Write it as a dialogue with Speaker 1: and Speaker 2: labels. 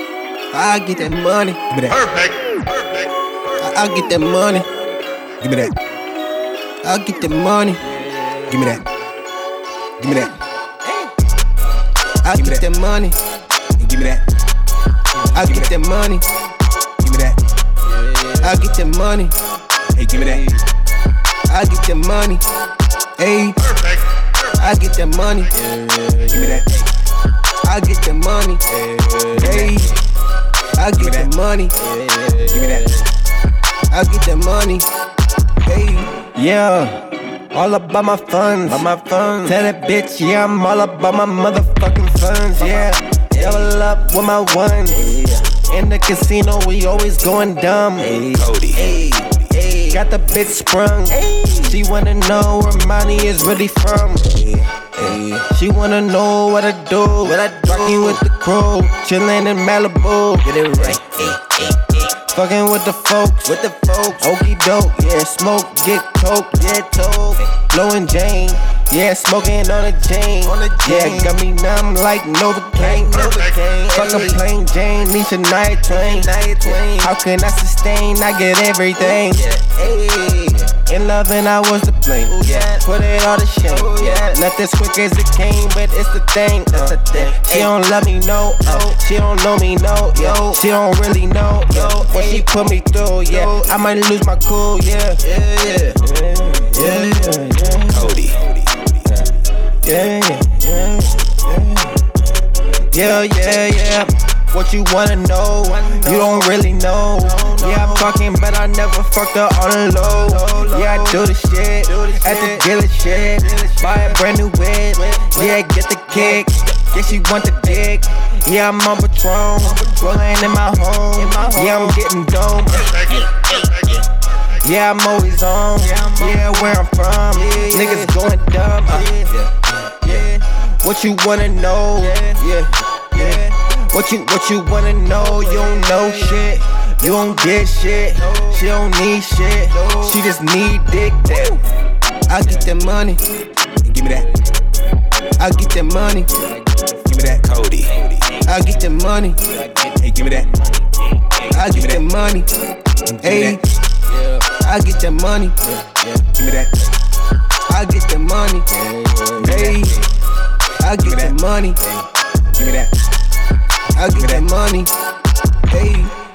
Speaker 1: I get that money. Give me that.
Speaker 2: Perfect. Perfect.
Speaker 1: I, I get that money. Give me that. I get that money. Give me that. Give me that. I get that money.
Speaker 3: And give me that.
Speaker 1: I get that money.
Speaker 3: Give me that.
Speaker 1: I get that money.
Speaker 3: Hey, give me that.
Speaker 1: I get that money. Ayy,
Speaker 2: Perfect.
Speaker 1: I get that money.
Speaker 3: Give me that.
Speaker 1: I get that money. Ayy, I get that money.
Speaker 3: Give me that.
Speaker 1: I get that money. Ayy,
Speaker 4: Yeah, all about my funds.
Speaker 3: By my phone.
Speaker 4: Tell that bitch, yeah, I'm all about my motherfucking funds. Yeah, double up with my ones. In the casino, we always going dumb.
Speaker 3: Cody.
Speaker 4: Got the bitch sprung. She wanna know where money is really from. She wanna know what I do. What I do. Rocking with the crew, chillin' in Malibu. Get it right. Fucking with the folks, with the folks. Okie doke, yeah. Smoke, get coke, yeah. Toke, blowin' Jane, yeah. Smoking on a Jane, on a yeah. Got me numb like Novocaine, Novocaine. Fuck a plain Jane, need your night train. How can I sustain? I get everything. In love and I was to blame. Put it all to shame. Nothing's quick as it came, but it's the thing. That's the thing. She don't love me, no. Oh. She don't know me, no. Yo. She don't really know. Yo. What she put me through, yeah. I might lose my cool, yeah. Yeah, yeah, yeah,
Speaker 3: Cody.
Speaker 4: yeah, yeah, yeah, yeah, yeah, yeah. What you wanna know? You don't really know. Yeah, I'm fucking, but I never fucked her on the low. Yeah, I do the shit at the dealership. Buy a brand new whip. Yeah, get the kick. Yeah, she want the dick. Yeah, I'm on Patron. Rolling in my home. Yeah, I'm getting dome.
Speaker 2: Perfect. Perfect.
Speaker 4: Yeah, I'm always on. Yeah, where I'm from. Niggas going dumb. Uh, What you wanna know? Yeah, yeah. What you what you wanna know? You don't know shit. You don't get shit. She don't need shit. She just need dick. That
Speaker 1: I get that money.
Speaker 3: And give me that.
Speaker 1: I get that money.
Speaker 3: Give me that. Cody.
Speaker 1: I get that money.
Speaker 3: Hey, give me that.
Speaker 1: I get that money.
Speaker 3: And give
Speaker 1: Ayy,
Speaker 3: me that.
Speaker 1: I get that money.
Speaker 3: Give me that.
Speaker 1: I get that money. Ayy, I get that money.
Speaker 3: Give me that.
Speaker 1: I get that money. Ayy.